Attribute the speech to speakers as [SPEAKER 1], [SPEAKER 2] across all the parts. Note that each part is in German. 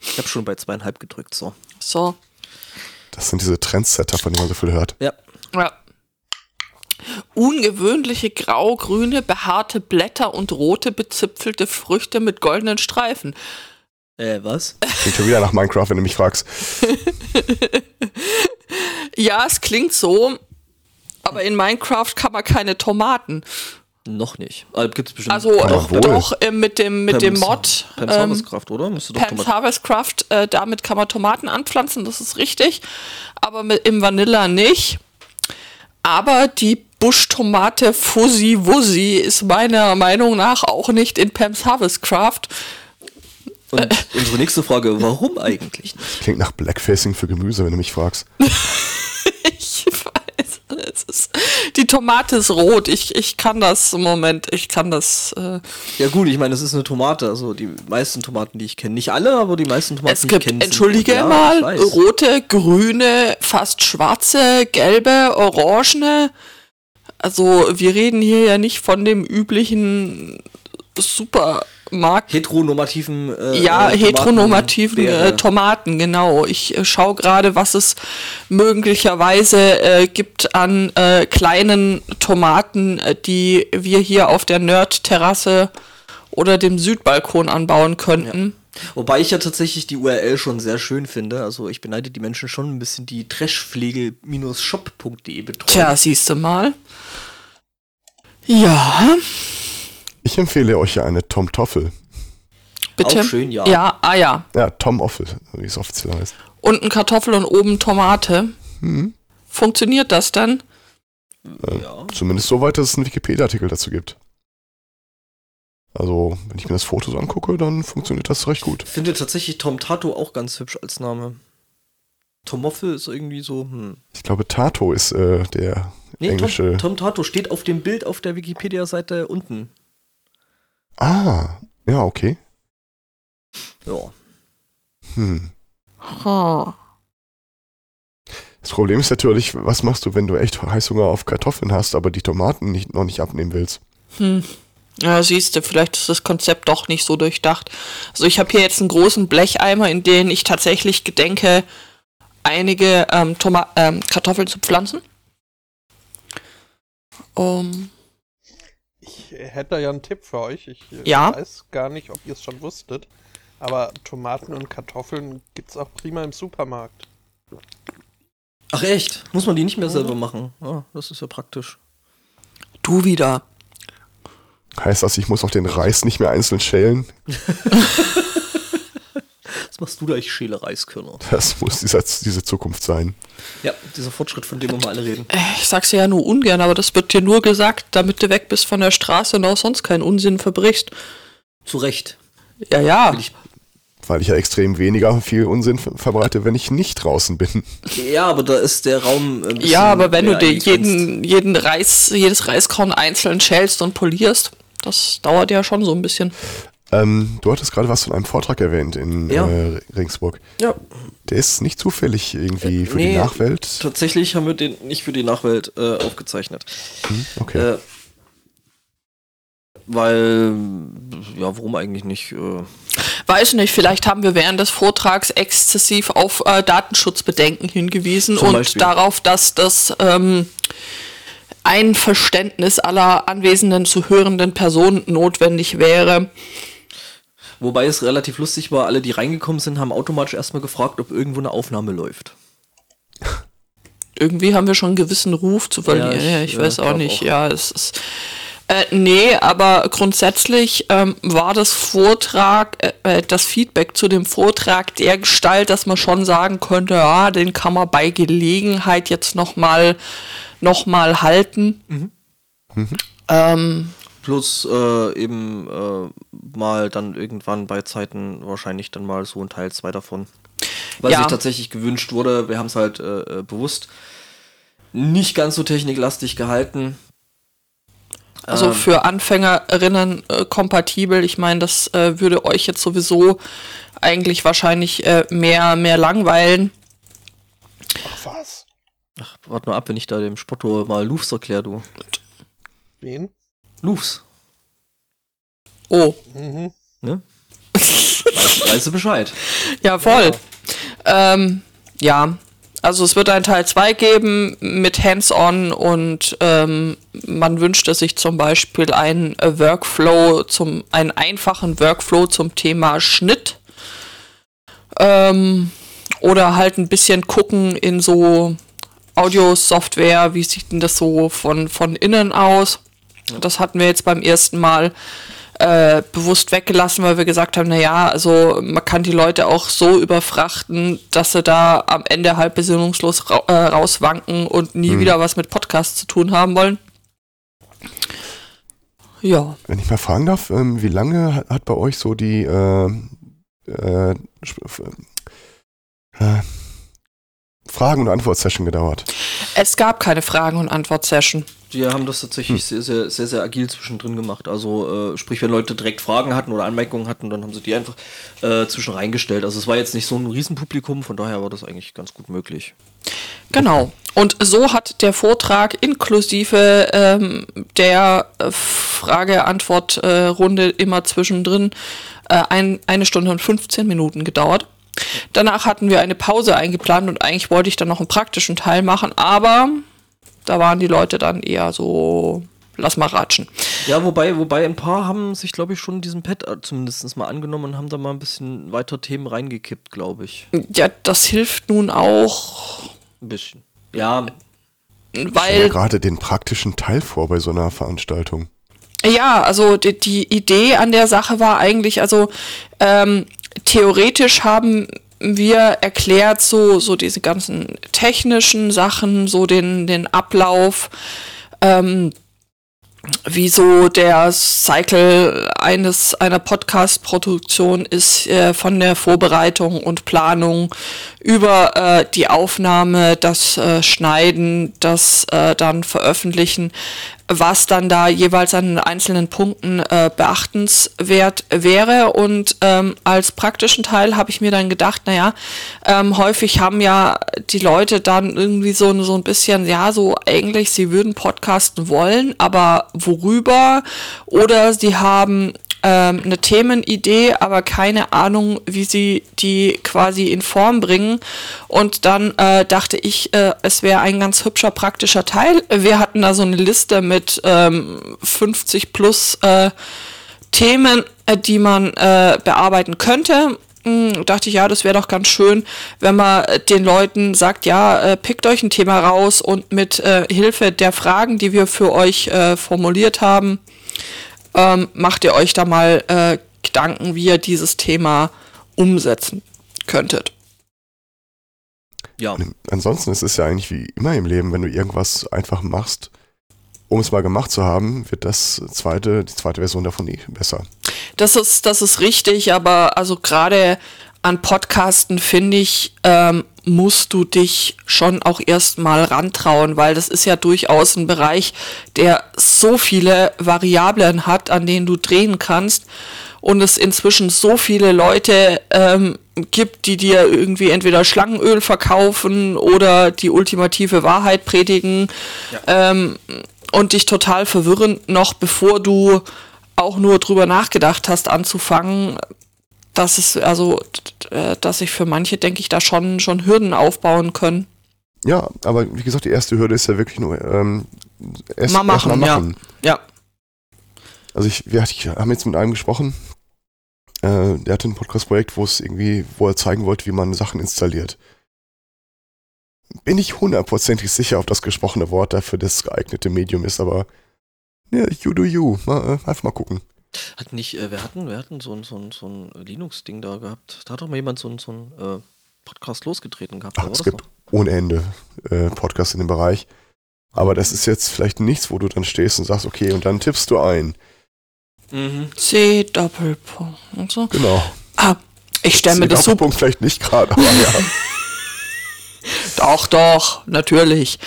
[SPEAKER 1] Ich habe schon bei zweieinhalb gedrückt, so.
[SPEAKER 2] So.
[SPEAKER 3] Das sind diese Trendsetter, von denen man so viel hört.
[SPEAKER 1] Ja.
[SPEAKER 2] Ja. Ungewöhnliche grau-grüne, behaarte Blätter und rote, bezipfelte Früchte mit goldenen Streifen.
[SPEAKER 1] Äh, was?
[SPEAKER 3] Klingt schon wieder nach Minecraft, wenn du mich fragst.
[SPEAKER 2] Ja, es klingt so, aber in Minecraft kann man keine Tomaten.
[SPEAKER 1] Noch nicht. Also gibt's bestimmt.
[SPEAKER 2] Also
[SPEAKER 3] Kann man
[SPEAKER 2] doch,
[SPEAKER 3] wohl.
[SPEAKER 2] doch äh, mit dem, mit dem Mod.
[SPEAKER 1] Pam
[SPEAKER 2] ähm,
[SPEAKER 1] Harvestcraft, oder? Musst du doch
[SPEAKER 2] Pam's
[SPEAKER 1] Tomaten.
[SPEAKER 2] Harvestcraft, äh, damit kann man Tomaten anpflanzen, das ist richtig. Aber mit, im Vanilla nicht. Aber die Buschtomate Fuzzy Wuzzy ist meiner Meinung nach auch nicht in Pam's Harvestcraft.
[SPEAKER 1] Und unsere nächste Frage, warum eigentlich nicht?
[SPEAKER 3] Klingt nach Blackfacing für Gemüse, wenn du mich fragst.
[SPEAKER 2] Ich weiß, es ist, die Tomate ist rot. Ich, ich kann das im Moment, ich kann das. Äh,
[SPEAKER 1] Ja gut, ich meine, es ist eine Tomate. Also die meisten Tomaten, die ich kenne, nicht alle, aber die meisten Tomaten,
[SPEAKER 2] es
[SPEAKER 1] die ich
[SPEAKER 2] gibt,
[SPEAKER 1] kenne, sind-
[SPEAKER 2] entschuldige
[SPEAKER 1] ja, ich
[SPEAKER 2] mal,
[SPEAKER 1] weiß.
[SPEAKER 2] rote, grüne, fast schwarze, gelbe, orangene. Also wir reden hier ja nicht von dem üblichen Supermarkt.
[SPEAKER 1] heteronormativen äh,
[SPEAKER 2] ja,
[SPEAKER 1] äh,
[SPEAKER 2] heteronormativen
[SPEAKER 1] Tomatenbeere.
[SPEAKER 2] äh, Tomaten, genau. Ich äh, schaue gerade, was es möglicherweise äh, gibt an äh, kleinen Tomaten, äh, die wir hier auf der Nerd-Terrasse oder dem Südbalkon anbauen könnten.
[SPEAKER 1] Wobei ich ja tatsächlich die URL schon sehr schön finde. Also ich beneide die Menschen schon ein bisschen, die trashpflege-shop.de betreuen.
[SPEAKER 2] Tja, siehst du mal. Ja,
[SPEAKER 3] Ich empfehle euch ja eine Tomtoffel.
[SPEAKER 2] bitte.
[SPEAKER 1] Auch schön, ja.
[SPEAKER 2] Ja, ah ja.
[SPEAKER 3] Ja, Tom Offel, wie es offiziell heißt.
[SPEAKER 2] Unten Kartoffel und oben Tomate.
[SPEAKER 3] Mhm.
[SPEAKER 2] Funktioniert das dann?
[SPEAKER 1] Ja.
[SPEAKER 3] Zumindest soweit, dass es einen Wikipedia-Artikel dazu gibt. Also, wenn ich mir das Foto so angucke, dann funktioniert das recht gut.
[SPEAKER 1] Ich finde tatsächlich Tom Tato auch ganz hübsch als Name. Tomoffel ist irgendwie so, hm.
[SPEAKER 3] Ich glaube, Tato ist äh, der
[SPEAKER 1] Nee, Tom,
[SPEAKER 3] englische.
[SPEAKER 1] Tom Tato steht auf dem Bild auf der Wikipedia-Seite unten.
[SPEAKER 3] Ah, ja, okay.
[SPEAKER 1] Ja.
[SPEAKER 3] Hm.
[SPEAKER 2] Hm.
[SPEAKER 3] Das Problem ist natürlich, was machst du, wenn du echt Heißhunger auf Kartoffeln hast, aber die Tomaten nicht, noch nicht abnehmen willst?
[SPEAKER 2] Hm. Ja, siehst du, vielleicht ist das Konzept doch nicht so durchdacht. Also ich habe hier jetzt einen großen Blecheimer, in den ich tatsächlich gedenke, einige ähm, Toma ähm, Kartoffeln zu pflanzen. Ähm,
[SPEAKER 4] Ich hätte da ja einen Tipp für euch. Ich äh,
[SPEAKER 2] Ja?
[SPEAKER 4] weiß gar nicht, ob ihr es schon wusstet. Aber Tomaten und Kartoffeln gibt es auch prima im Supermarkt.
[SPEAKER 1] Ach echt? Muss man die nicht mehr selber machen? Ja, das ist ja praktisch.
[SPEAKER 2] du wieder.
[SPEAKER 3] Heißt das, ich muss auch den Reis nicht mehr einzeln schälen?
[SPEAKER 1] Was machst du da? Ich schäle Reiskörner.
[SPEAKER 3] Das muss dieser, diese Zukunft sein.
[SPEAKER 1] Ja, dieser Fortschritt, von dem wir mal alle reden.
[SPEAKER 2] Äh, Ich sag's dir ja nur ungern, aber das wird dir nur gesagt, damit du weg bist von der Straße und auch sonst keinen Unsinn verbrichst.
[SPEAKER 1] Zu Recht.
[SPEAKER 2] Ja, ja.
[SPEAKER 1] ich-
[SPEAKER 3] Weil ich ja extrem weniger viel Unsinn ver- verbreite, wenn ich nicht draußen bin.
[SPEAKER 1] Ja, aber da ist der Raum. äh, ein bisschen
[SPEAKER 2] Ja, aber wenn du
[SPEAKER 1] mehr
[SPEAKER 2] dir
[SPEAKER 1] eingegrenzt.
[SPEAKER 2] jeden, jeden Reis, jedes Reiskorn einzeln schälst und polierst, das dauert ja schon so ein bisschen.
[SPEAKER 3] Ähm, du hattest gerade was von einem Vortrag erwähnt in
[SPEAKER 1] Ja.
[SPEAKER 3] äh, Regensburg.
[SPEAKER 1] Ja,
[SPEAKER 3] Der ist nicht zufällig irgendwie für
[SPEAKER 1] Äh, nee.
[SPEAKER 3] die Nachwelt.
[SPEAKER 1] tatsächlich haben wir den nicht für die Nachwelt äh, aufgezeichnet.
[SPEAKER 3] Hm, okay.
[SPEAKER 1] Äh, weil, ja, warum eigentlich nicht? Äh,
[SPEAKER 2] Weiß nicht, vielleicht haben wir während des Vortrags exzessiv auf äh, Datenschutzbedenken hingewiesen
[SPEAKER 1] Zum
[SPEAKER 2] und
[SPEAKER 1] Beispiel.
[SPEAKER 2] darauf, dass das ähm, Einverständnis aller anwesenden zu hörenden Personen notwendig wäre.
[SPEAKER 1] wobei es relativ lustig war, alle, die reingekommen sind, haben automatisch erstmal gefragt, ob irgendwo eine Aufnahme läuft.
[SPEAKER 2] Irgendwie haben wir schon einen gewissen Ruf zu verlieren.
[SPEAKER 1] ich,
[SPEAKER 2] Ja, ich,
[SPEAKER 1] ja,
[SPEAKER 2] weiß auch
[SPEAKER 1] glaub
[SPEAKER 2] nicht.
[SPEAKER 1] auch.
[SPEAKER 2] Ja, es ist. Äh, nee, aber grundsätzlich ähm, war das Vortrag, äh, äh, das Feedback zu dem Vortrag der Gestalt, dass man schon sagen könnte, ja, den kann man bei Gelegenheit jetzt nochmal noch mal halten.
[SPEAKER 1] Mhm.
[SPEAKER 2] Ähm,
[SPEAKER 1] Plus äh, eben äh, mal dann irgendwann bei Zeiten wahrscheinlich dann mal so ein Teil 2 davon. Weil
[SPEAKER 2] Ja.
[SPEAKER 1] sich tatsächlich gewünscht wurde, wir haben es halt äh, äh, bewusst nicht ganz so techniklastig gehalten.
[SPEAKER 2] also
[SPEAKER 1] Ähm,
[SPEAKER 2] für Anfängerinnen äh, kompatibel. Ich meine, das äh, würde euch jetzt sowieso eigentlich wahrscheinlich äh, mehr, mehr langweilen.
[SPEAKER 4] Ach was?
[SPEAKER 1] Ach, warte mal ab, wenn ich da dem Spotto mal Lufs erklär, du.
[SPEAKER 4] Wen?
[SPEAKER 1] Lufs,
[SPEAKER 2] Oh.
[SPEAKER 4] Mhm.
[SPEAKER 1] ne? Weißt, weißt du Bescheid?
[SPEAKER 2] Ja, voll. Ja. Ähm, ja. Also es wird einen Teil 2 geben mit Hands-on und ähm, man wünschte sich zum Beispiel einen äh, Workflow, zum, einen einfachen Workflow zum Thema Schnitt. Ähm, oder halt ein bisschen gucken in so Audio-Software, wie sieht denn das so von, von innen aus. Das hatten wir jetzt beim ersten Mal äh, bewusst weggelassen, weil wir gesagt haben, naja, also man kann die Leute auch so überfrachten, dass sie da am Ende halt besinnungslos ra äh, rauswanken und nie
[SPEAKER 3] Hm.
[SPEAKER 2] wieder was mit Podcasts zu tun haben wollen. Ja,
[SPEAKER 3] Wenn ich mal fragen darf, ähm, wie lange hat, hat bei euch so die äh, äh, sp- f- äh, Fragen- und Antwort-Session gedauert?
[SPEAKER 2] es gab keine Fragen- und Antwort-Session.
[SPEAKER 1] Die haben das tatsächlich sehr, sehr, sehr, sehr agil zwischendrin gemacht. Also, äh, sprich, wenn Leute direkt Fragen hatten oder Anmerkungen hatten, dann haben sie die einfach äh, zwischen reingestellt. Also, es war jetzt nicht so ein Riesenpublikum, von daher war das eigentlich ganz gut möglich.
[SPEAKER 2] Genau. Und so hat der Vortrag inklusive ähm, der äh, Frage-Antwort-Runde immer zwischendrin äh, ein, eine Stunde und 15 Minuten gedauert. Danach hatten wir eine Pause eingeplant und eigentlich wollte ich dann noch einen praktischen Teil machen, aber da waren die Leute dann eher so, lass mal ratschen.
[SPEAKER 1] Ja, wobei, wobei ein paar haben sich, glaube ich, schon diesen Pad äh, zumindest mal angenommen und haben da mal ein bisschen weiter Themen reingekippt, glaube ich.
[SPEAKER 2] Ja, das hilft nun auch,
[SPEAKER 1] Ein bisschen. Ja, Äh,
[SPEAKER 3] Ich
[SPEAKER 2] weil
[SPEAKER 3] habe gerade den praktischen Teil vor bei so einer Veranstaltung.
[SPEAKER 2] Ja, also die, die Idee an der Sache war eigentlich, also ähm, theoretisch haben wir erklärt, so, so diese ganzen technischen Sachen, so den, den Ablauf, ähm, wie so der Cycle eines einer Podcast-Produktion ist äh, von der Vorbereitung und Planung über äh, die Aufnahme, das äh, Schneiden, das äh, dann Veröffentlichen, was dann da jeweils an einzelnen Punkten äh, beachtenswert wäre. Und ähm, als praktischen Teil habe ich mir dann gedacht, naja, ähm, häufig haben ja die Leute dann irgendwie so, ein- so ein bisschen, ja, so eigentlich, sie würden podcasten wollen, aber worüber? Oder sie haben ähm, eine Themenidee, aber keine Ahnung, wie sie die quasi in Form bringen. Und dann äh, dachte ich, äh, es wäre ein ganz hübscher, praktischer Teil. Wir hatten da so eine Liste mit ähm, 50 plus äh, Themen, äh, die man äh, bearbeiten könnte. Hm, dachte ich, ja, das wäre doch ganz schön, wenn man äh, den Leuten sagt, ja, äh, pickt euch ein Thema raus und mit äh, Hilfe der Fragen, die wir für euch äh, formuliert haben, ähm, macht ihr euch da mal äh, Gedanken, wie ihr dieses Thema umsetzen könntet.
[SPEAKER 1] ja.
[SPEAKER 3] Und Ansonsten ist es ja eigentlich wie immer im Leben, wenn du irgendwas einfach machst, um es mal gemacht zu haben, wird das zweite, die zweite Version davon eh besser.
[SPEAKER 2] Das ist, das ist richtig, aber also gerade an Podcasten finde ich, ähm, musst du dich schon auch erstmal rantrauen, weil das ist ja durchaus ein Bereich, der so viele Variablen hat, an denen du drehen kannst und es inzwischen so viele Leute ähm, gibt, die dir irgendwie entweder Schlangenöl verkaufen oder die ultimative Wahrheit predigen ähm, und dich total verwirren, noch bevor du auch nur drüber nachgedacht hast, anzufangen, dass es, also, t- äh, dass ich für manche, denke ich, da schon, schon Hürden aufbauen können.
[SPEAKER 3] Ja, aber wie gesagt, die erste Hürde ist ja wirklich nur ähm, erst
[SPEAKER 2] Mal machen,
[SPEAKER 3] erst mal
[SPEAKER 2] ja. Ja.
[SPEAKER 3] Also ich, wir, ich haben jetzt mit einem gesprochen, äh, der hatte ein Podcast-Projekt, wo es irgendwie, wo er zeigen wollte, wie man Sachen installiert. Bin ich hundertprozentig sicher, ob das gesprochene Wort dafür das geeignete Medium ist, aber ja, you do you. Mal, äh, einfach mal gucken.
[SPEAKER 1] Hat nicht, äh, wir hatten, wir hatten so ein, so ein, so ein Linux-Ding da gehabt. Da hat doch mal jemand so ein, so ein äh, Podcast losgetreten gehabt.
[SPEAKER 3] Ach,
[SPEAKER 1] da
[SPEAKER 3] es
[SPEAKER 1] das
[SPEAKER 3] gibt
[SPEAKER 1] doch.
[SPEAKER 3] ohne Ende äh, Podcasts in dem Bereich. Aber das ist jetzt vielleicht nichts, wo du dann stehst und sagst, okay, und dann tippst du ein.
[SPEAKER 1] Mhm.
[SPEAKER 2] C Doppelpunkt und so.
[SPEAKER 3] Genau.
[SPEAKER 2] Ah, ich stelle mir das so.
[SPEAKER 3] Punkt vielleicht nicht gerade, aber ja.
[SPEAKER 2] Doch, doch, natürlich.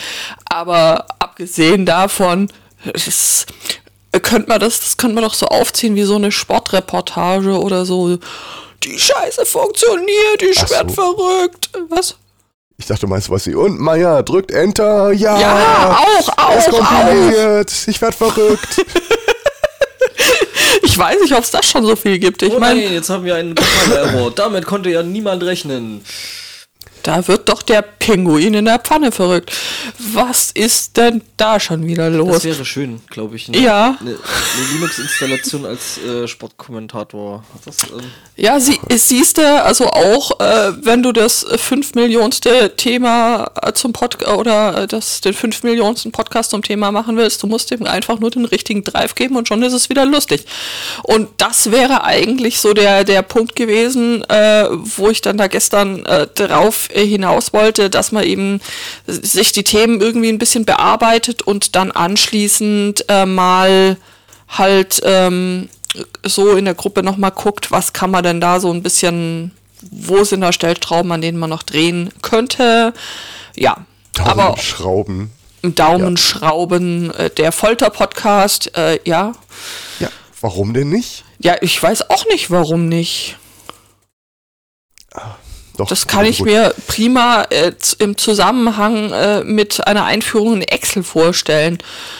[SPEAKER 2] Aber abgesehen davon, es ist, könnte man das, das könnte man doch so aufziehen wie so eine Sportreportage oder so. Die Scheiße funktioniert, ich
[SPEAKER 3] Ach
[SPEAKER 2] werd
[SPEAKER 3] so.
[SPEAKER 2] verrückt. Was?
[SPEAKER 3] Ich dachte, du meinst was sie. Und Meier drückt Enter. Ja.
[SPEAKER 2] Ja, auch,
[SPEAKER 3] Ah. Es
[SPEAKER 2] auch, auch.
[SPEAKER 3] kompiliert. Ich werd verrückt.
[SPEAKER 2] Ich weiß nicht, ob es das schon so viel gibt. Ich
[SPEAKER 1] oh
[SPEAKER 2] meine,
[SPEAKER 1] nein, jetzt haben wir einen Compiler-Error. Damit konnte ja niemand rechnen.
[SPEAKER 2] da wird doch der Pinguin in der Pfanne verrückt. Was ist denn da schon wieder
[SPEAKER 1] Das
[SPEAKER 2] los?
[SPEAKER 1] wäre schön, glaube ich. Ne?
[SPEAKER 2] Ja.
[SPEAKER 1] Eine, eine Linux-Installation als äh, Sportkommentator. Das, ähm,
[SPEAKER 2] Ja, sie, siehst du, also auch äh, wenn du das fünf Millionste Thema äh, zum Podcast oder äh, das, den fünf Millionsten Podcast zum Thema machen willst, du musst dem einfach nur den richtigen Drive geben und schon ist es wieder lustig. Und das wäre eigentlich so der, der Punkt gewesen, äh, wo ich dann da gestern äh, drauf äh, hinaus wollte, dass man eben sich die Themen irgendwie ein bisschen bearbeitet und dann anschließend äh, mal halt ähm, so in der Gruppe nochmal guckt, was kann man denn da so ein bisschen, wo sind da Stellschrauben, an denen man noch drehen könnte. Ja, aber
[SPEAKER 3] Schrauben.
[SPEAKER 2] Daumenschrauben, äh, der Folter-Podcast, äh, ja.
[SPEAKER 3] Ja. Warum denn nicht?
[SPEAKER 2] Ja, ich weiß auch nicht, warum nicht.
[SPEAKER 3] Doch,
[SPEAKER 2] Das kann ich
[SPEAKER 3] gut.
[SPEAKER 2] mir prima äh, z- im Zusammenhang äh, mit einer Einführung in Excel vorstellen.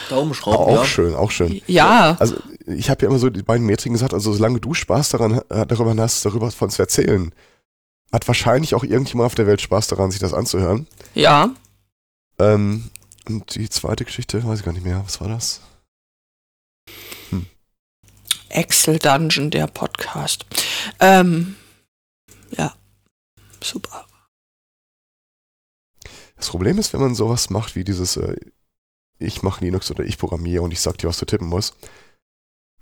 [SPEAKER 1] Daumenschrauben,
[SPEAKER 3] Auch
[SPEAKER 1] ja.
[SPEAKER 3] schön, auch schön.
[SPEAKER 2] Ja,
[SPEAKER 3] Also ich habe ja immer so die beiden Metriken gesagt, also solange du Spaß daran äh, darüber hast, darüber von zu erzählen, hat wahrscheinlich auch irgendjemand auf der Welt Spaß daran, sich das anzuhören.
[SPEAKER 2] ja.
[SPEAKER 3] Ähm, und die zweite Geschichte, weiß ich gar nicht mehr, was war das?
[SPEAKER 2] Excel Dungeon, der Podcast. Ähm, ja, super.
[SPEAKER 3] Das Problem ist, wenn man sowas macht wie dieses äh, ich mache Linux oder ich programmiere und ich sag dir, was du tippen musst,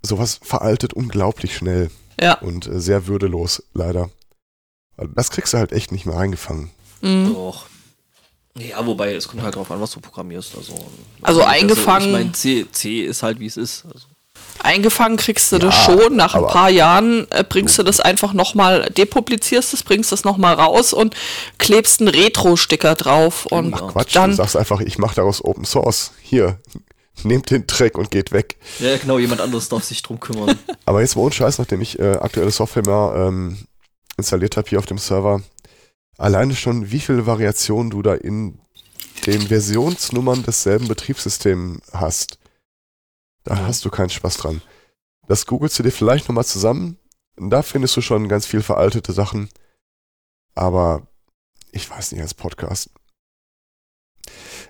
[SPEAKER 3] sowas veraltet unglaublich schnell
[SPEAKER 2] Ja.
[SPEAKER 3] und äh, sehr würdelos, leider. Also Das kriegst du halt echt nicht mehr eingefangen.
[SPEAKER 2] Mhm.
[SPEAKER 1] Doch. Ja, wobei, es kommt halt drauf an, was du programmierst. Also,
[SPEAKER 2] Also eingefangen-
[SPEAKER 1] Ich meine, C, C ist halt, wie es ist. Also,
[SPEAKER 2] Eingefangen kriegst du das
[SPEAKER 3] Ja,
[SPEAKER 2] schon. Nach ein
[SPEAKER 3] aber-
[SPEAKER 2] paar Jahren äh, bringst du das einfach nochmal, depublizierst es, bringst es nochmal raus und klebst einen Retro-Sticker drauf. Und
[SPEAKER 1] Ach,
[SPEAKER 3] Quatsch, du
[SPEAKER 2] dann,
[SPEAKER 3] sagst einfach, ich mache daraus Open Source. Hier, nehmt den Track und geht weg.
[SPEAKER 1] ja, genau, jemand anderes darf sich drum kümmern.
[SPEAKER 3] Aber jetzt mal ohne Scheiß, nachdem ich äh, aktuelle Software mehr ähm, installiert habe hier auf dem Server, alleine schon, wie viele Variationen du da in den Versionsnummern desselben Betriebssystems hast. Da hast du keinen Spaß dran. Das googelst du dir vielleicht nochmal zusammen. Da findest du schon ganz viel veraltete Sachen. Aber ich weiß nicht, als Podcast.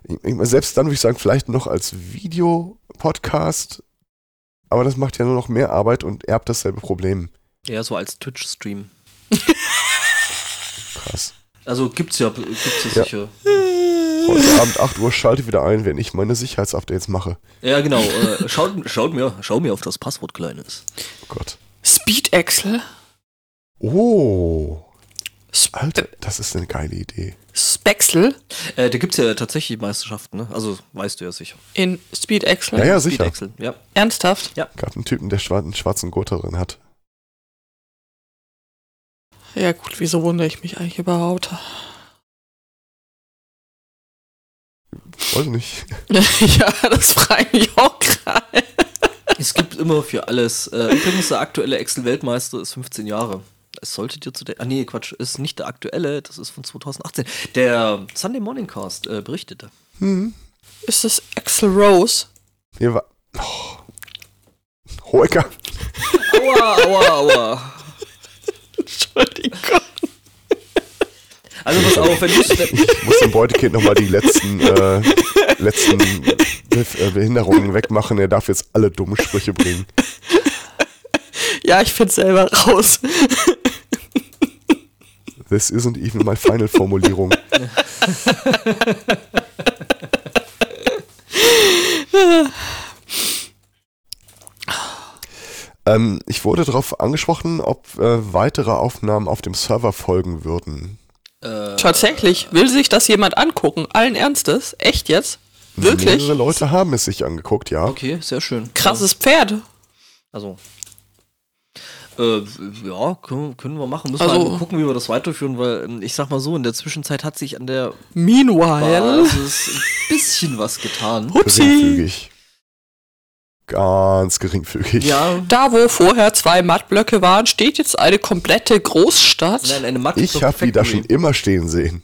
[SPEAKER 3] Ich- ich- Selbst dann würde ich sagen, vielleicht noch als Videopodcast. Aber das macht ja nur noch mehr Arbeit und erbt dasselbe Problem.
[SPEAKER 1] ja, so als Twitch-Stream.
[SPEAKER 3] Krass.
[SPEAKER 1] Also gibt's ja, gibt's ja,
[SPEAKER 3] Ja.
[SPEAKER 1] sicher.
[SPEAKER 3] Heute Abend 8 Uhr schalte wieder ein, wenn ich meine Sicherheitsupdates mache.
[SPEAKER 1] Ja, genau. Äh, schaut, schaut mir, schau mir auf das Passwort Kleines.
[SPEAKER 3] Oh Gott.
[SPEAKER 2] Speed Excel.
[SPEAKER 3] Oh.
[SPEAKER 2] Sp
[SPEAKER 3] Alter, das ist eine geile Idee.
[SPEAKER 2] Spexel
[SPEAKER 1] Äh, da gibt's ja tatsächlich Meisterschaften, ne? Also weißt du ja sicher.
[SPEAKER 2] in Speed Excel.
[SPEAKER 3] Ja, ja,
[SPEAKER 1] Speed
[SPEAKER 3] sicher.
[SPEAKER 1] Excel, ja.
[SPEAKER 2] Ernsthaft?
[SPEAKER 3] Gab einen Typen, der schwar- einen schwarzen Gurt drin hat.
[SPEAKER 2] Ja, gut, wieso wundere ich mich eigentlich überhaupt?
[SPEAKER 3] Wollte nicht.
[SPEAKER 2] ja, das frage ich mich auch gerade.
[SPEAKER 1] Es gibt immer für alles. Äh, übrigens, der aktuelle Excel-Weltmeister ist 15 Jahre. Es sollte dir zu der. Ah, nee, Quatsch. Ist nicht der aktuelle, das ist von 2018. Der Sunday Morning Cast äh, berichtete.
[SPEAKER 3] Hm.
[SPEAKER 2] Ist es Excel Rose?
[SPEAKER 3] Hier war. Oh. Hoeker.
[SPEAKER 1] Aua, aua, aua.
[SPEAKER 2] Entschuldigung.
[SPEAKER 1] Also, pass auf, wenn du.
[SPEAKER 3] Ich muss dem Beutekind nochmal die letzten, äh, letzten Bef- äh, Behinderungen wegmachen. Er darf jetzt alle dummen Sprüche bringen.
[SPEAKER 2] Ja, ich find's selber raus.
[SPEAKER 3] This isn't even my final Formulierung. ähm, ich wurde darauf angesprochen, ob äh, weitere Aufnahmen auf dem Server folgen würden.
[SPEAKER 1] Äh,
[SPEAKER 2] Tatsächlich, will sich das jemand angucken? Allen Ernstes? Echt jetzt? Wirklich?
[SPEAKER 3] Mehrere Leute haben es sich angeguckt, ja.
[SPEAKER 1] okay, sehr schön.
[SPEAKER 2] Krasses Pferd.
[SPEAKER 1] Also. Äh, ja, können, können wir machen. Müssen
[SPEAKER 2] Also-
[SPEAKER 1] wir mal gucken, wie wir das weiterführen, weil ähm, ich sag mal so, in der Zwischenzeit hat sich an der
[SPEAKER 2] Meanwhile.
[SPEAKER 1] Basis ein bisschen was getan.
[SPEAKER 2] Hupsi.
[SPEAKER 3] Geringfügig. Ganz geringfügig.
[SPEAKER 1] Ja,
[SPEAKER 2] Da, wo vorher zwei Mattblöcke waren, steht jetzt eine komplette Großstadt.
[SPEAKER 1] nein, eine Max
[SPEAKER 3] Ich habe die da schon immer stehen sehen.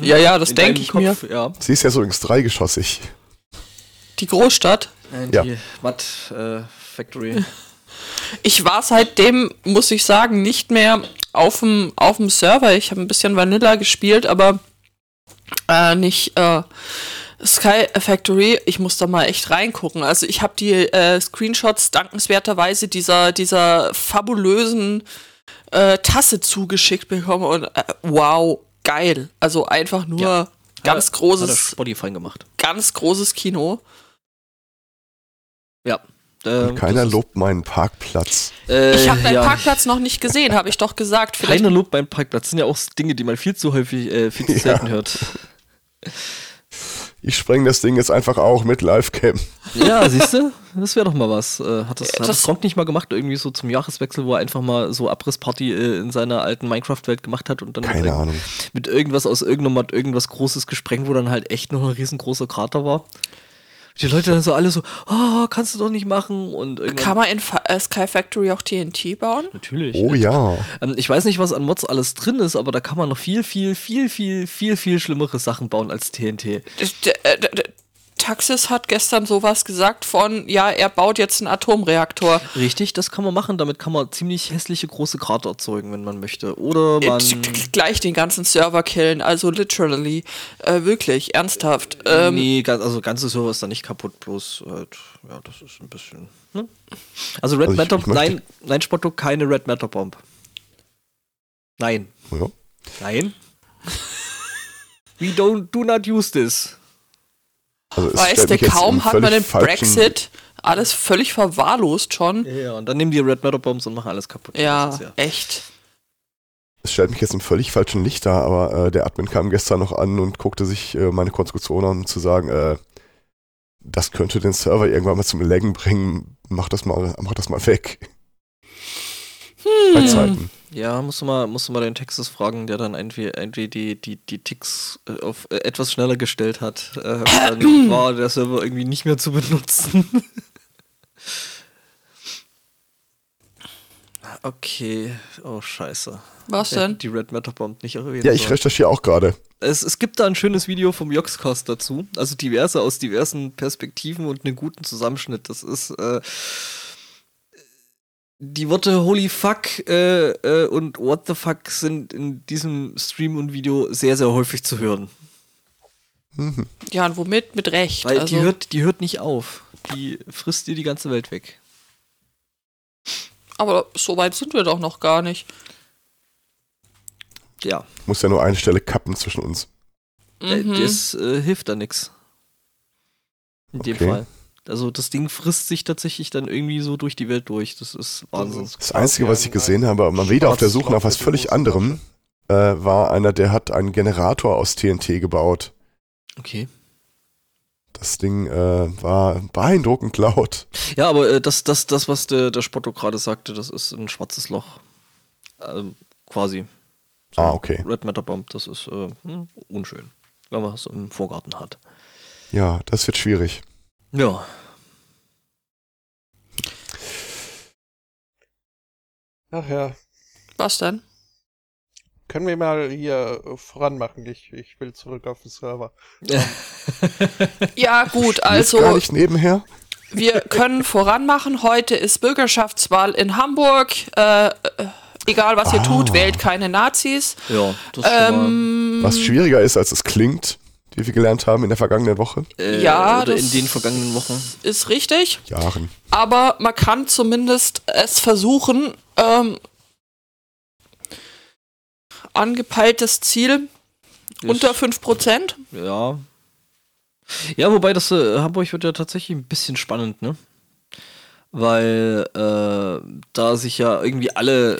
[SPEAKER 2] Ja, ja, das denke ich mir.
[SPEAKER 1] Ja.
[SPEAKER 3] Sie ist ja übrigens dreigeschossig.
[SPEAKER 2] Die Großstadt.
[SPEAKER 1] Nein,
[SPEAKER 3] Ja.
[SPEAKER 1] Die Matt äh, Factory.
[SPEAKER 2] Ich war seitdem, muss ich sagen, nicht mehr auf dem auf dem Server. Ich habe ein bisschen Vanilla gespielt, aber äh, nicht äh, Sky Factory. Ich muss da mal echt reingucken. Also ich habe die äh, Screenshots dankenswerterweise dieser dieser fabulösen äh, Tasse zugeschickt bekommen und äh, wow geil. Also einfach nur
[SPEAKER 1] Ja.
[SPEAKER 2] ganz
[SPEAKER 1] Hat er- Äh, Hat er
[SPEAKER 2] großes
[SPEAKER 1] Spotify gemacht.
[SPEAKER 2] ganz großes Kino.
[SPEAKER 1] Ja. Ähm,
[SPEAKER 3] Und keiner
[SPEAKER 1] das ist-
[SPEAKER 3] lobt meinen Parkplatz.
[SPEAKER 1] Äh,
[SPEAKER 2] Ich habe deinen
[SPEAKER 1] ja.
[SPEAKER 2] Parkplatz noch nicht gesehen, habe ich doch gesagt. Vielleicht
[SPEAKER 1] Keiner lobt beim Parkplatz. Das sind ja auch Dinge, die man viel zu häufig, äh, viel zu
[SPEAKER 3] Ja.
[SPEAKER 1] selten hört.
[SPEAKER 3] Ich spreng das Ding jetzt einfach auch mit Livecam.
[SPEAKER 1] Ja, siehst du? Das wäre doch mal was. Äh, Hat das,
[SPEAKER 2] Äh,
[SPEAKER 1] hat
[SPEAKER 2] das-
[SPEAKER 1] das Gronk nicht mal gemacht, irgendwie so zum Jahreswechsel, wo er einfach mal so Abrissparty äh, in seiner alten Minecraft-Welt gemacht hat und dann mit,
[SPEAKER 3] Keine
[SPEAKER 1] irgend-
[SPEAKER 3] Ahnung.
[SPEAKER 1] mit irgendwas aus irgendeinem hat irgendwas Großes gesprengt, wo dann halt echt noch ein riesengroßer Krater war. Die Leute dann so alle so, oh, kannst du doch nicht machen und irgendwann-
[SPEAKER 2] kann man in Fa äh, Sky Factory auch TNT bauen.
[SPEAKER 1] Natürlich.
[SPEAKER 3] Oh ja.
[SPEAKER 1] Ähm, ich weiß nicht, was an Mods alles drin ist, aber da kann man noch viel, viel, viel, viel, viel, viel schlimmere Sachen bauen als TNT.
[SPEAKER 2] D- d- äh, d- d- Taxis hat gestern sowas gesagt von, ja, er baut jetzt einen Atomreaktor.
[SPEAKER 1] Richtig, das kann man machen. Damit kann man ziemlich hässliche große Krater erzeugen, wenn man möchte. Oder
[SPEAKER 2] Äh,
[SPEAKER 1] man.
[SPEAKER 2] t- t- Gleich den ganzen Server killen, also literally. Äh, wirklich, ernsthaft. Ähm,
[SPEAKER 1] nee, ganz, also ganze Server ist da nicht kaputt, bloß halt, ja, das ist ein bisschen. Ne? Also Red
[SPEAKER 3] Also ich-
[SPEAKER 1] Matter,
[SPEAKER 3] ich möchte-
[SPEAKER 1] nein, nein, Spotto, keine Red Matter Bomb. Nein,
[SPEAKER 3] ja.
[SPEAKER 1] nein. We don't do not use this.
[SPEAKER 3] Also es
[SPEAKER 2] Weißt
[SPEAKER 3] stellt
[SPEAKER 2] du,
[SPEAKER 3] mich jetzt
[SPEAKER 2] kaum
[SPEAKER 3] im
[SPEAKER 2] hat man
[SPEAKER 3] völlig
[SPEAKER 2] den
[SPEAKER 3] falschen-
[SPEAKER 2] Brexit, alles völlig verwahrlost schon.
[SPEAKER 1] Ja, und dann nehmen die Red Matter Bombs und machen alles kaputt. Das
[SPEAKER 2] Ja,
[SPEAKER 1] ist
[SPEAKER 2] echt.
[SPEAKER 3] Es stellt mich jetzt im völlig falschen Licht dar, aber äh, der Admin kam gestern noch an und guckte sich äh, meine Konstruktion an, um zu sagen, äh, das könnte den Server irgendwann mal zum Laggen bringen. Mach das mal, mach das mal weg.
[SPEAKER 2] Hm.
[SPEAKER 3] Bei Zeiten.
[SPEAKER 1] Ja, musst du mal, musst du mal den Texas fragen, der dann irgendwie, irgendwie die, die, die Ticks äh, auf äh, etwas schneller gestellt hat. Äh, und dann war der Server irgendwie nicht mehr zu benutzen. Ah, okay. Oh, scheiße.
[SPEAKER 2] Was
[SPEAKER 1] Wir hätten
[SPEAKER 2] denn?
[SPEAKER 1] Die Red Matter Bomb nicht erwähnt.
[SPEAKER 3] Ja, ich
[SPEAKER 1] sollen.
[SPEAKER 3] recherchiere auch gerade.
[SPEAKER 1] es, es gibt da ein schönes Video vom Joxcast dazu. Also diverse aus diversen Perspektiven und einen guten Zusammenschnitt. Das ist äh, die Worte Holy fuck äh, äh, und What the fuck sind in diesem Stream und Video sehr, sehr häufig zu hören.
[SPEAKER 3] Mhm.
[SPEAKER 2] Ja, und womit? Mit Recht.
[SPEAKER 1] Weil
[SPEAKER 2] also,
[SPEAKER 1] die, hört, die hört nicht auf. Die frisst dir die ganze Welt weg.
[SPEAKER 2] aber so weit sind wir doch noch gar nicht.
[SPEAKER 1] Ja,
[SPEAKER 3] Muss ja nur eine Stelle kappen zwischen uns.
[SPEAKER 1] äh,
[SPEAKER 2] Mhm.
[SPEAKER 1] das äh, hilft da nix. In dem
[SPEAKER 3] Okay.
[SPEAKER 1] Fall. Also das Ding frisst sich tatsächlich dann irgendwie so durch die Welt durch. Das ist Wahnsinn.
[SPEAKER 4] ist
[SPEAKER 3] Das
[SPEAKER 4] quasi
[SPEAKER 3] Einzige, was ich
[SPEAKER 4] ein-
[SPEAKER 3] gesehen
[SPEAKER 4] ein
[SPEAKER 3] habe, mal wieder auf der
[SPEAKER 4] schwarz-
[SPEAKER 3] Suche nach was
[SPEAKER 4] schwarze
[SPEAKER 3] völlig
[SPEAKER 4] Hosentasche.
[SPEAKER 3] anderem, äh, war einer, der hat einen Generator aus TNT gebaut.
[SPEAKER 1] Okay.
[SPEAKER 3] Das Ding äh, war beeindruckend laut.
[SPEAKER 1] Ja, aber äh, das, das, das, was der, der Spotto gerade sagte, das ist ein schwarzes Loch. Ähm, quasi.
[SPEAKER 3] Ah, okay.
[SPEAKER 1] Red Matter Bomb, das ist äh, hm, unschön. Wenn man es im Vorgarten hat.
[SPEAKER 3] Ja, das wird schwierig.
[SPEAKER 1] Ja.
[SPEAKER 4] Ach ja.
[SPEAKER 2] Was denn?
[SPEAKER 4] Können wir mal hier äh, voranmachen? Ich, ich will zurück auf den Server.
[SPEAKER 2] Ja, gut,
[SPEAKER 3] Also, gar
[SPEAKER 2] also
[SPEAKER 3] nicht nebenher.
[SPEAKER 2] wir können voranmachen. Heute ist Bürgerschaftswahl in Hamburg. Äh, äh, egal, was ihr
[SPEAKER 3] Ah.
[SPEAKER 2] tut, wählt keine Nazis.
[SPEAKER 1] ja, das ist schon mal,
[SPEAKER 2] Ähm,
[SPEAKER 3] Was schwieriger ist, als es klingt, wie wir gelernt haben in der vergangenen Woche.
[SPEAKER 1] äh,
[SPEAKER 2] ja,
[SPEAKER 1] oder
[SPEAKER 2] das-
[SPEAKER 1] in den vergangenen Wochen.
[SPEAKER 2] ist richtig.
[SPEAKER 3] Jahren.
[SPEAKER 2] Aber man kann zumindest es versuchen. Ähm, angepeiltes Ziel unter 5%.
[SPEAKER 1] Ja. Ja, wobei das äh, Hamburg wird ja tatsächlich ein bisschen spannend, ne? Weil äh, da sich ja irgendwie alle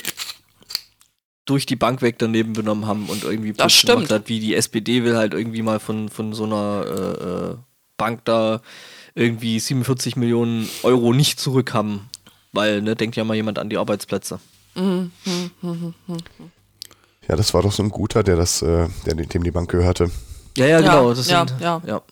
[SPEAKER 1] durch die Bank weg daneben benommen haben und irgendwie
[SPEAKER 2] Das
[SPEAKER 1] Putsch
[SPEAKER 2] stimmt.
[SPEAKER 1] hat, wie die SPD will halt irgendwie mal von, von so einer äh, äh, Bank da irgendwie 47 Millionen Euro nicht zurückhaben. Weil, ne, denkt ja mal jemand an die Arbeitsplätze.
[SPEAKER 2] Mhm,
[SPEAKER 3] Ja, das war doch so ein guter, der das, äh, der dem die Bank gehörte.
[SPEAKER 1] Ja, ja,
[SPEAKER 2] Ja,
[SPEAKER 1] genau. Das
[SPEAKER 2] ja,
[SPEAKER 1] sind,
[SPEAKER 2] ja.
[SPEAKER 1] ja.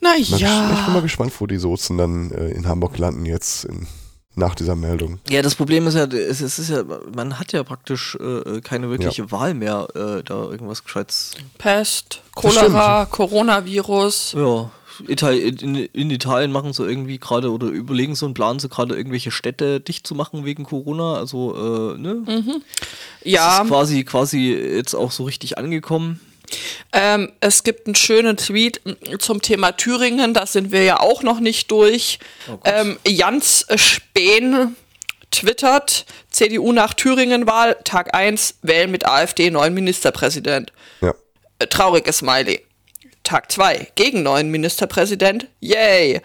[SPEAKER 3] Na, Ich bin mal
[SPEAKER 2] Naja.
[SPEAKER 3] gespannt, wo die Sozen dann äh, in Hamburg landen jetzt in, nach dieser Meldung.
[SPEAKER 1] Ja, das Problem ist ja, es, es ist ja, man hat ja praktisch äh, keine wirkliche Wahl mehr, äh, da irgendwas Gescheites.
[SPEAKER 2] Pest,
[SPEAKER 3] stimmt.
[SPEAKER 2] Cholera, Coronavirus.
[SPEAKER 1] Ja, Itali in, in Italien machen sie irgendwie gerade oder überlegen so und planen sie gerade irgendwelche Städte dicht zu machen wegen Corona. Also, äh, ne? Das
[SPEAKER 2] Ja,
[SPEAKER 1] ist quasi, quasi jetzt auch so richtig angekommen.
[SPEAKER 2] ähm, es gibt einen schönen Tweet m, zum Thema Thüringen, da sind wir ja auch noch nicht durch.
[SPEAKER 1] Oh Gott.
[SPEAKER 2] ähm, Jans Spähn twittert, CDU nach Thüringen-Wahl, Tag 1, wählen mit AfD neuen Ministerpräsident.
[SPEAKER 3] Ja.
[SPEAKER 2] Äh, trauriges Smiley. Tag 2, gegen neuen Ministerpräsident. Yay.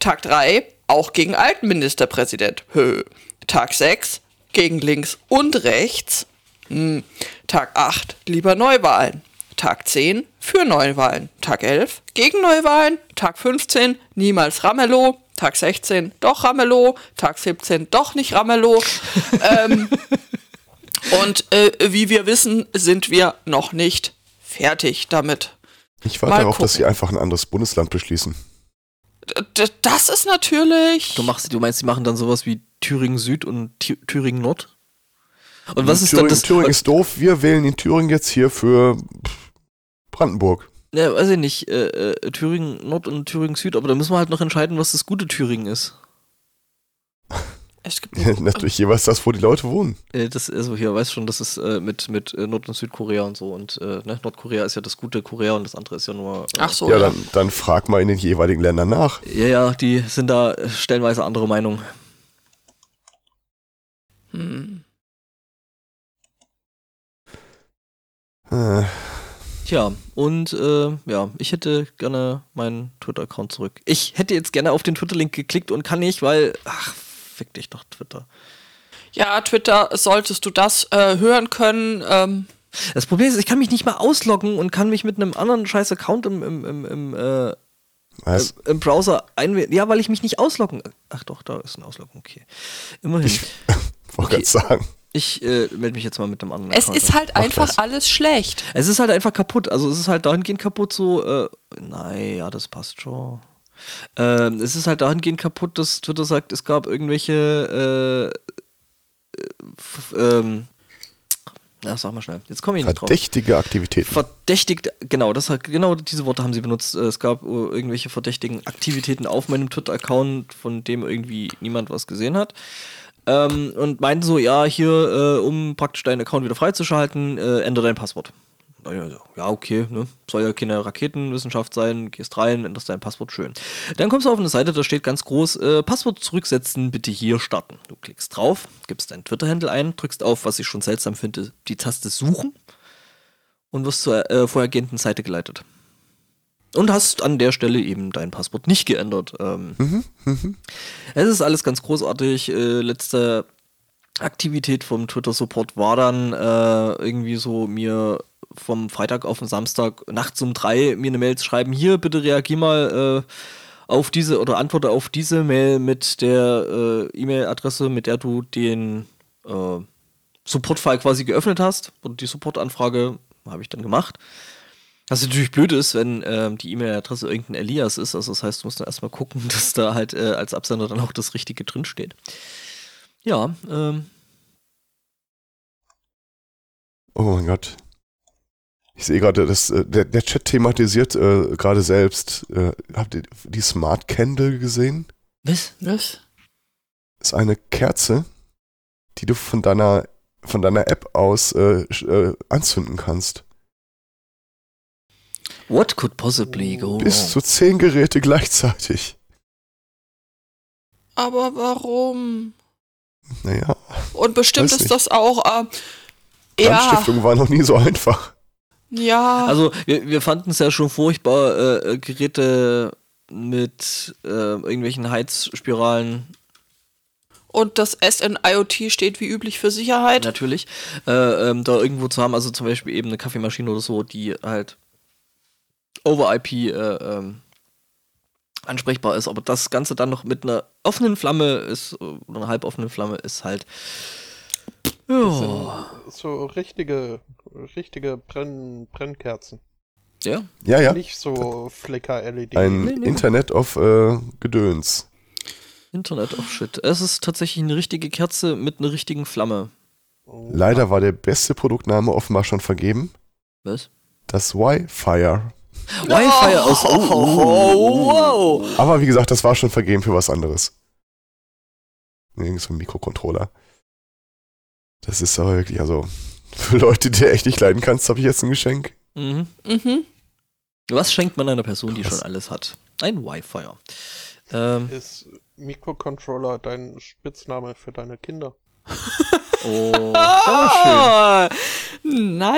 [SPEAKER 2] Tag 3, auch gegen alten Ministerpräsident. Hö. Tag 6, gegen links und rechts. Hm. Tag 8, lieber Neuwahlen. Tag 10, für Neuwahlen. Tag 11, gegen Neuwahlen. Tag 15, niemals Ramelow. Tag 16, doch Ramelow. Tag 17, doch nicht Ramelow. ähm, und äh, wie wir wissen, sind wir noch nicht fertig damit.
[SPEAKER 3] Ich warte
[SPEAKER 2] Mal
[SPEAKER 3] darauf, dass
[SPEAKER 2] gucken.
[SPEAKER 3] sie einfach ein anderes Bundesland beschließen.
[SPEAKER 2] D d- das ist natürlich.
[SPEAKER 1] Du, machst, du meinst, die machen dann sowas wie Thüringen Süd und Thü Thüringen Nord? Und was ist dann
[SPEAKER 3] Mhm. Thüringen,
[SPEAKER 1] das?
[SPEAKER 3] Thüringen ist doof. Wir wählen in Thüringen jetzt hier für pff, Brandenburg.
[SPEAKER 1] Ne, weiß ich nicht, äh, äh, Thüringen Nord und Thüringen Süd, aber da müssen wir halt noch entscheiden, was das gute Thüringen ist.
[SPEAKER 2] Es gibt
[SPEAKER 3] Natürlich jeweils das, wo die Leute wohnen.
[SPEAKER 1] Äh, das, also hier weiß schon, das ist äh, mit, mit äh, Nord- und Südkorea und so und äh, ne, Nordkorea ist ja das gute Korea und das andere ist ja nur. Äh,
[SPEAKER 2] Ach so.
[SPEAKER 3] ja,
[SPEAKER 2] ja.
[SPEAKER 3] dann, dann frag mal in den jeweiligen Ländern nach.
[SPEAKER 1] Ja, ja, die sind da äh, stellenweise andere Meinung.
[SPEAKER 2] Hm.
[SPEAKER 3] Äh,
[SPEAKER 1] Tja, und äh, ja, ich hätte gerne meinen Twitter-Account zurück. Ich hätte jetzt gerne auf den Twitter-Link geklickt und kann nicht, weil. Ach, fick dich doch, Twitter.
[SPEAKER 2] ja, Twitter, solltest du das äh, hören können. Ähm,
[SPEAKER 1] Das Problem ist, ich kann mich nicht mal ausloggen und kann mich mit einem anderen scheiß Account im, im, im, im, äh,
[SPEAKER 3] was?
[SPEAKER 1] im Browser einwählen. Ja, weil ich mich nicht ausloggen. Ach doch, da ist ein Ausloggen, okay. Immerhin. Ich,
[SPEAKER 3] Wollte
[SPEAKER 1] okay.
[SPEAKER 3] gerade sagen.
[SPEAKER 1] äh, melde mich jetzt mal mit einem anderen
[SPEAKER 2] es
[SPEAKER 1] Account
[SPEAKER 2] ist
[SPEAKER 1] an.
[SPEAKER 2] halt einfach
[SPEAKER 3] das.
[SPEAKER 2] alles schlecht.
[SPEAKER 1] Es ist halt einfach kaputt. Also es ist halt dahingehend kaputt, so, äh, naja, das passt schon. Ähm, es ist halt dahingehend kaputt, dass Twitter sagt, es gab irgendwelche, äh, äh, f- ähm, na, sag mal schnell. Jetzt komme ich nicht drauf.
[SPEAKER 3] Verdächtige Aktivitäten.
[SPEAKER 1] Verdächtigt, genau, das hat, genau diese Worte haben sie benutzt. Äh, Es gab äh, irgendwelche verdächtigen Aktivitäten auf meinem Twitter-Account, von dem irgendwie niemand was gesehen hat. Ähm, und meinten so, ja, hier, äh, um praktisch deinen Account wieder freizuschalten, äh, ändere dein Passwort. Na Ja, so, ja, okay, ne? Soll ja keine Raketenwissenschaft sein, gehst rein, änderst dein Passwort schön. Dann kommst du auf eine Seite, da steht ganz groß, äh, Passwort zurücksetzen, bitte hier starten. Du klickst drauf, gibst deinen Twitter-Handle ein, drückst auf, was ich schon seltsam finde, die Taste suchen und wirst zur äh, vorhergehenden Seite geleitet. Und hast an der Stelle eben dein Passwort nicht geändert. Ähm, Es ist alles ganz großartig. Äh, letzte Aktivität vom Twitter-Support war dann äh, irgendwie so mir vom Freitag auf den Samstag nachts um drei mir eine Mail zu schreiben, hier bitte reagier mal äh, auf diese oder antworte auf diese Mail mit der äh, E-Mail-Adresse, mit der du den äh, Support-File quasi geöffnet hast oder die Support-Anfrage habe ich dann gemacht. Was natürlich blöd ist, wenn ähm, die E-Mail-Adresse irgendein Elias ist. Also das heißt, du musst dann erstmal gucken, dass da halt äh, als Absender dann auch das Richtige drinsteht. Ja, ähm,
[SPEAKER 3] Oh mein Gott. Ich sehe gerade, dass äh, der, der Chat thematisiert äh, gerade selbst. Äh, habt ihr die Smart Candle gesehen?
[SPEAKER 1] was?
[SPEAKER 2] Was?
[SPEAKER 3] Ist eine Kerze, die du von deiner von deiner App aus äh, sch- äh, anzünden kannst.
[SPEAKER 1] What could possibly go wrong?
[SPEAKER 3] Bis zu zehn Geräte gleichzeitig.
[SPEAKER 2] Aber warum?
[SPEAKER 3] Naja,
[SPEAKER 2] Und bestimmt
[SPEAKER 3] Weiß
[SPEAKER 2] ist
[SPEAKER 3] nicht.
[SPEAKER 2] das auch. Äh, ja,
[SPEAKER 3] Brandstiftung war noch nie so einfach.
[SPEAKER 2] ja.
[SPEAKER 1] Also wir, wir fanden es ja schon furchtbar, äh, äh, Geräte mit äh, irgendwelchen Heizspiralen
[SPEAKER 2] Und das S in IoT steht wie üblich für Sicherheit.
[SPEAKER 1] natürlich äh, ähm, da irgendwo zu haben. Also zum Beispiel eben eine Kaffeemaschine oder so, die halt over IP äh, ähm, ansprechbar ist. Aber das Ganze dann noch mit einer offenen Flamme ist, äh, oder einer halboffenen Flamme ist halt.
[SPEAKER 2] Oh.
[SPEAKER 4] Das
[SPEAKER 1] Ja.
[SPEAKER 4] sind so richtige, richtige Brenn Brennkerzen.
[SPEAKER 1] ja.
[SPEAKER 3] Ja, ja.
[SPEAKER 4] Nicht so E Flicker-LED.
[SPEAKER 3] Ein
[SPEAKER 1] Nee, nee.
[SPEAKER 3] Internet of äh, Gedöns.
[SPEAKER 1] Internet of Shit. Es ist tatsächlich eine richtige Kerze mit einer richtigen Flamme.
[SPEAKER 4] Oh.
[SPEAKER 3] Leider war der beste Produktname offenbar schon vergeben.
[SPEAKER 1] Was?
[SPEAKER 3] Das Wi-Fire.
[SPEAKER 1] Wi-Fi aus. Oh, oh, oh, wow.
[SPEAKER 3] Aber wie gesagt, das war schon vergeben für was anderes. Nirgends für einen Mikrocontroller. Das ist aber wirklich, also, für Leute, die du echt nicht leiden kannst, habe ich jetzt ein Geschenk.
[SPEAKER 1] Mhm.
[SPEAKER 2] Mhm.
[SPEAKER 1] Was schenkt man einer Person, die
[SPEAKER 3] Krass.
[SPEAKER 1] schon alles hat? Ein Wi-Fi. Ähm,
[SPEAKER 4] Ist Mikrocontroller dein Spitzname für deine Kinder?
[SPEAKER 1] oh, das war
[SPEAKER 2] schön. Ah,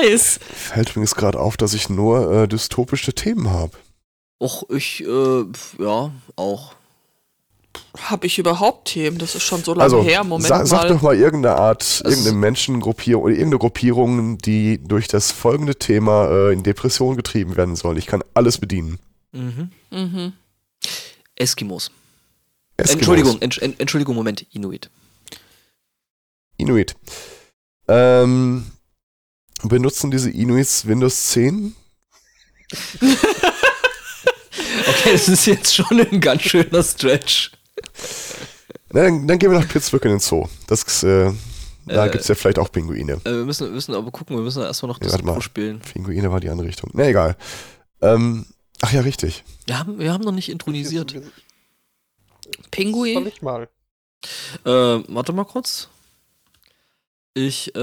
[SPEAKER 2] Nice.
[SPEAKER 3] Fällt übrigens gerade auf, dass ich nur äh, dystopische Themen habe.
[SPEAKER 1] schön. Och, ich, äh, pf, ja, auch.
[SPEAKER 2] Habe ich überhaupt Themen? Das ist schon so lange her. Moment
[SPEAKER 3] Also, sa
[SPEAKER 2] mal.
[SPEAKER 3] sag doch mal irgendeine Art, irgendeine Menschengruppierung oder irgendeine Gruppierung, die durch das folgende Thema äh, in Depression getrieben werden soll. Ich kann alles bedienen.
[SPEAKER 1] Mhm.
[SPEAKER 2] Mhm.
[SPEAKER 1] Eskimos.
[SPEAKER 3] Eskimos,
[SPEAKER 1] Entschuldigung, Entsch Ent- Entschuldigung, Moment, Inuit.
[SPEAKER 3] Inuit. Ähm, benutzen diese Inuits Windows 10?
[SPEAKER 1] Okay, das ist jetzt schon ein ganz schöner Stretch.
[SPEAKER 3] Na, dann, dann gehen wir nach Pittsburgh in den Zoo. Das, ist, äh, da
[SPEAKER 1] Äh.
[SPEAKER 3] gibt's ja vielleicht auch Pinguine.
[SPEAKER 1] Äh, wir müssen, wir müssen aber gucken, wir müssen erstmal noch
[SPEAKER 3] Ja,
[SPEAKER 1] das
[SPEAKER 3] warte mal.
[SPEAKER 1] Intro spielen.
[SPEAKER 3] Pinguine war die andere Richtung. Na egal. Ähm, ach ja, richtig.
[SPEAKER 1] Wir haben, wir haben noch nicht intronisiert.
[SPEAKER 4] Das soll
[SPEAKER 2] Pinguin?
[SPEAKER 4] ich mal.
[SPEAKER 1] Äh, warte mal kurz. Ich äh,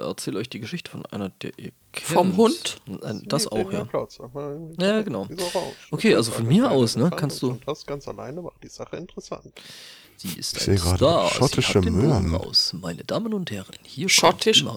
[SPEAKER 1] erzähle euch die Geschichte von einer, der ihr kennt.
[SPEAKER 2] Vom Hund?
[SPEAKER 1] Nein, Äh, Das
[SPEAKER 4] Nee,
[SPEAKER 1] auch, ja.
[SPEAKER 4] Clouds, aber-
[SPEAKER 1] Ja, genau.
[SPEAKER 4] Ist auch orange.
[SPEAKER 1] Okay, also von
[SPEAKER 4] Eine
[SPEAKER 1] mir
[SPEAKER 4] kleine
[SPEAKER 1] aus, ne,
[SPEAKER 4] Elefant
[SPEAKER 1] kannst du-
[SPEAKER 4] Und das ganz alleine macht die Sache interessant.
[SPEAKER 1] Sie ist
[SPEAKER 3] Ich
[SPEAKER 1] ein
[SPEAKER 3] sehe gerade
[SPEAKER 1] Star. Sie
[SPEAKER 3] schottische
[SPEAKER 1] hat den Bogen
[SPEAKER 3] Möhren.
[SPEAKER 1] Aus. Meine Damen und Herren, hier
[SPEAKER 2] Schottisch?
[SPEAKER 1] kommt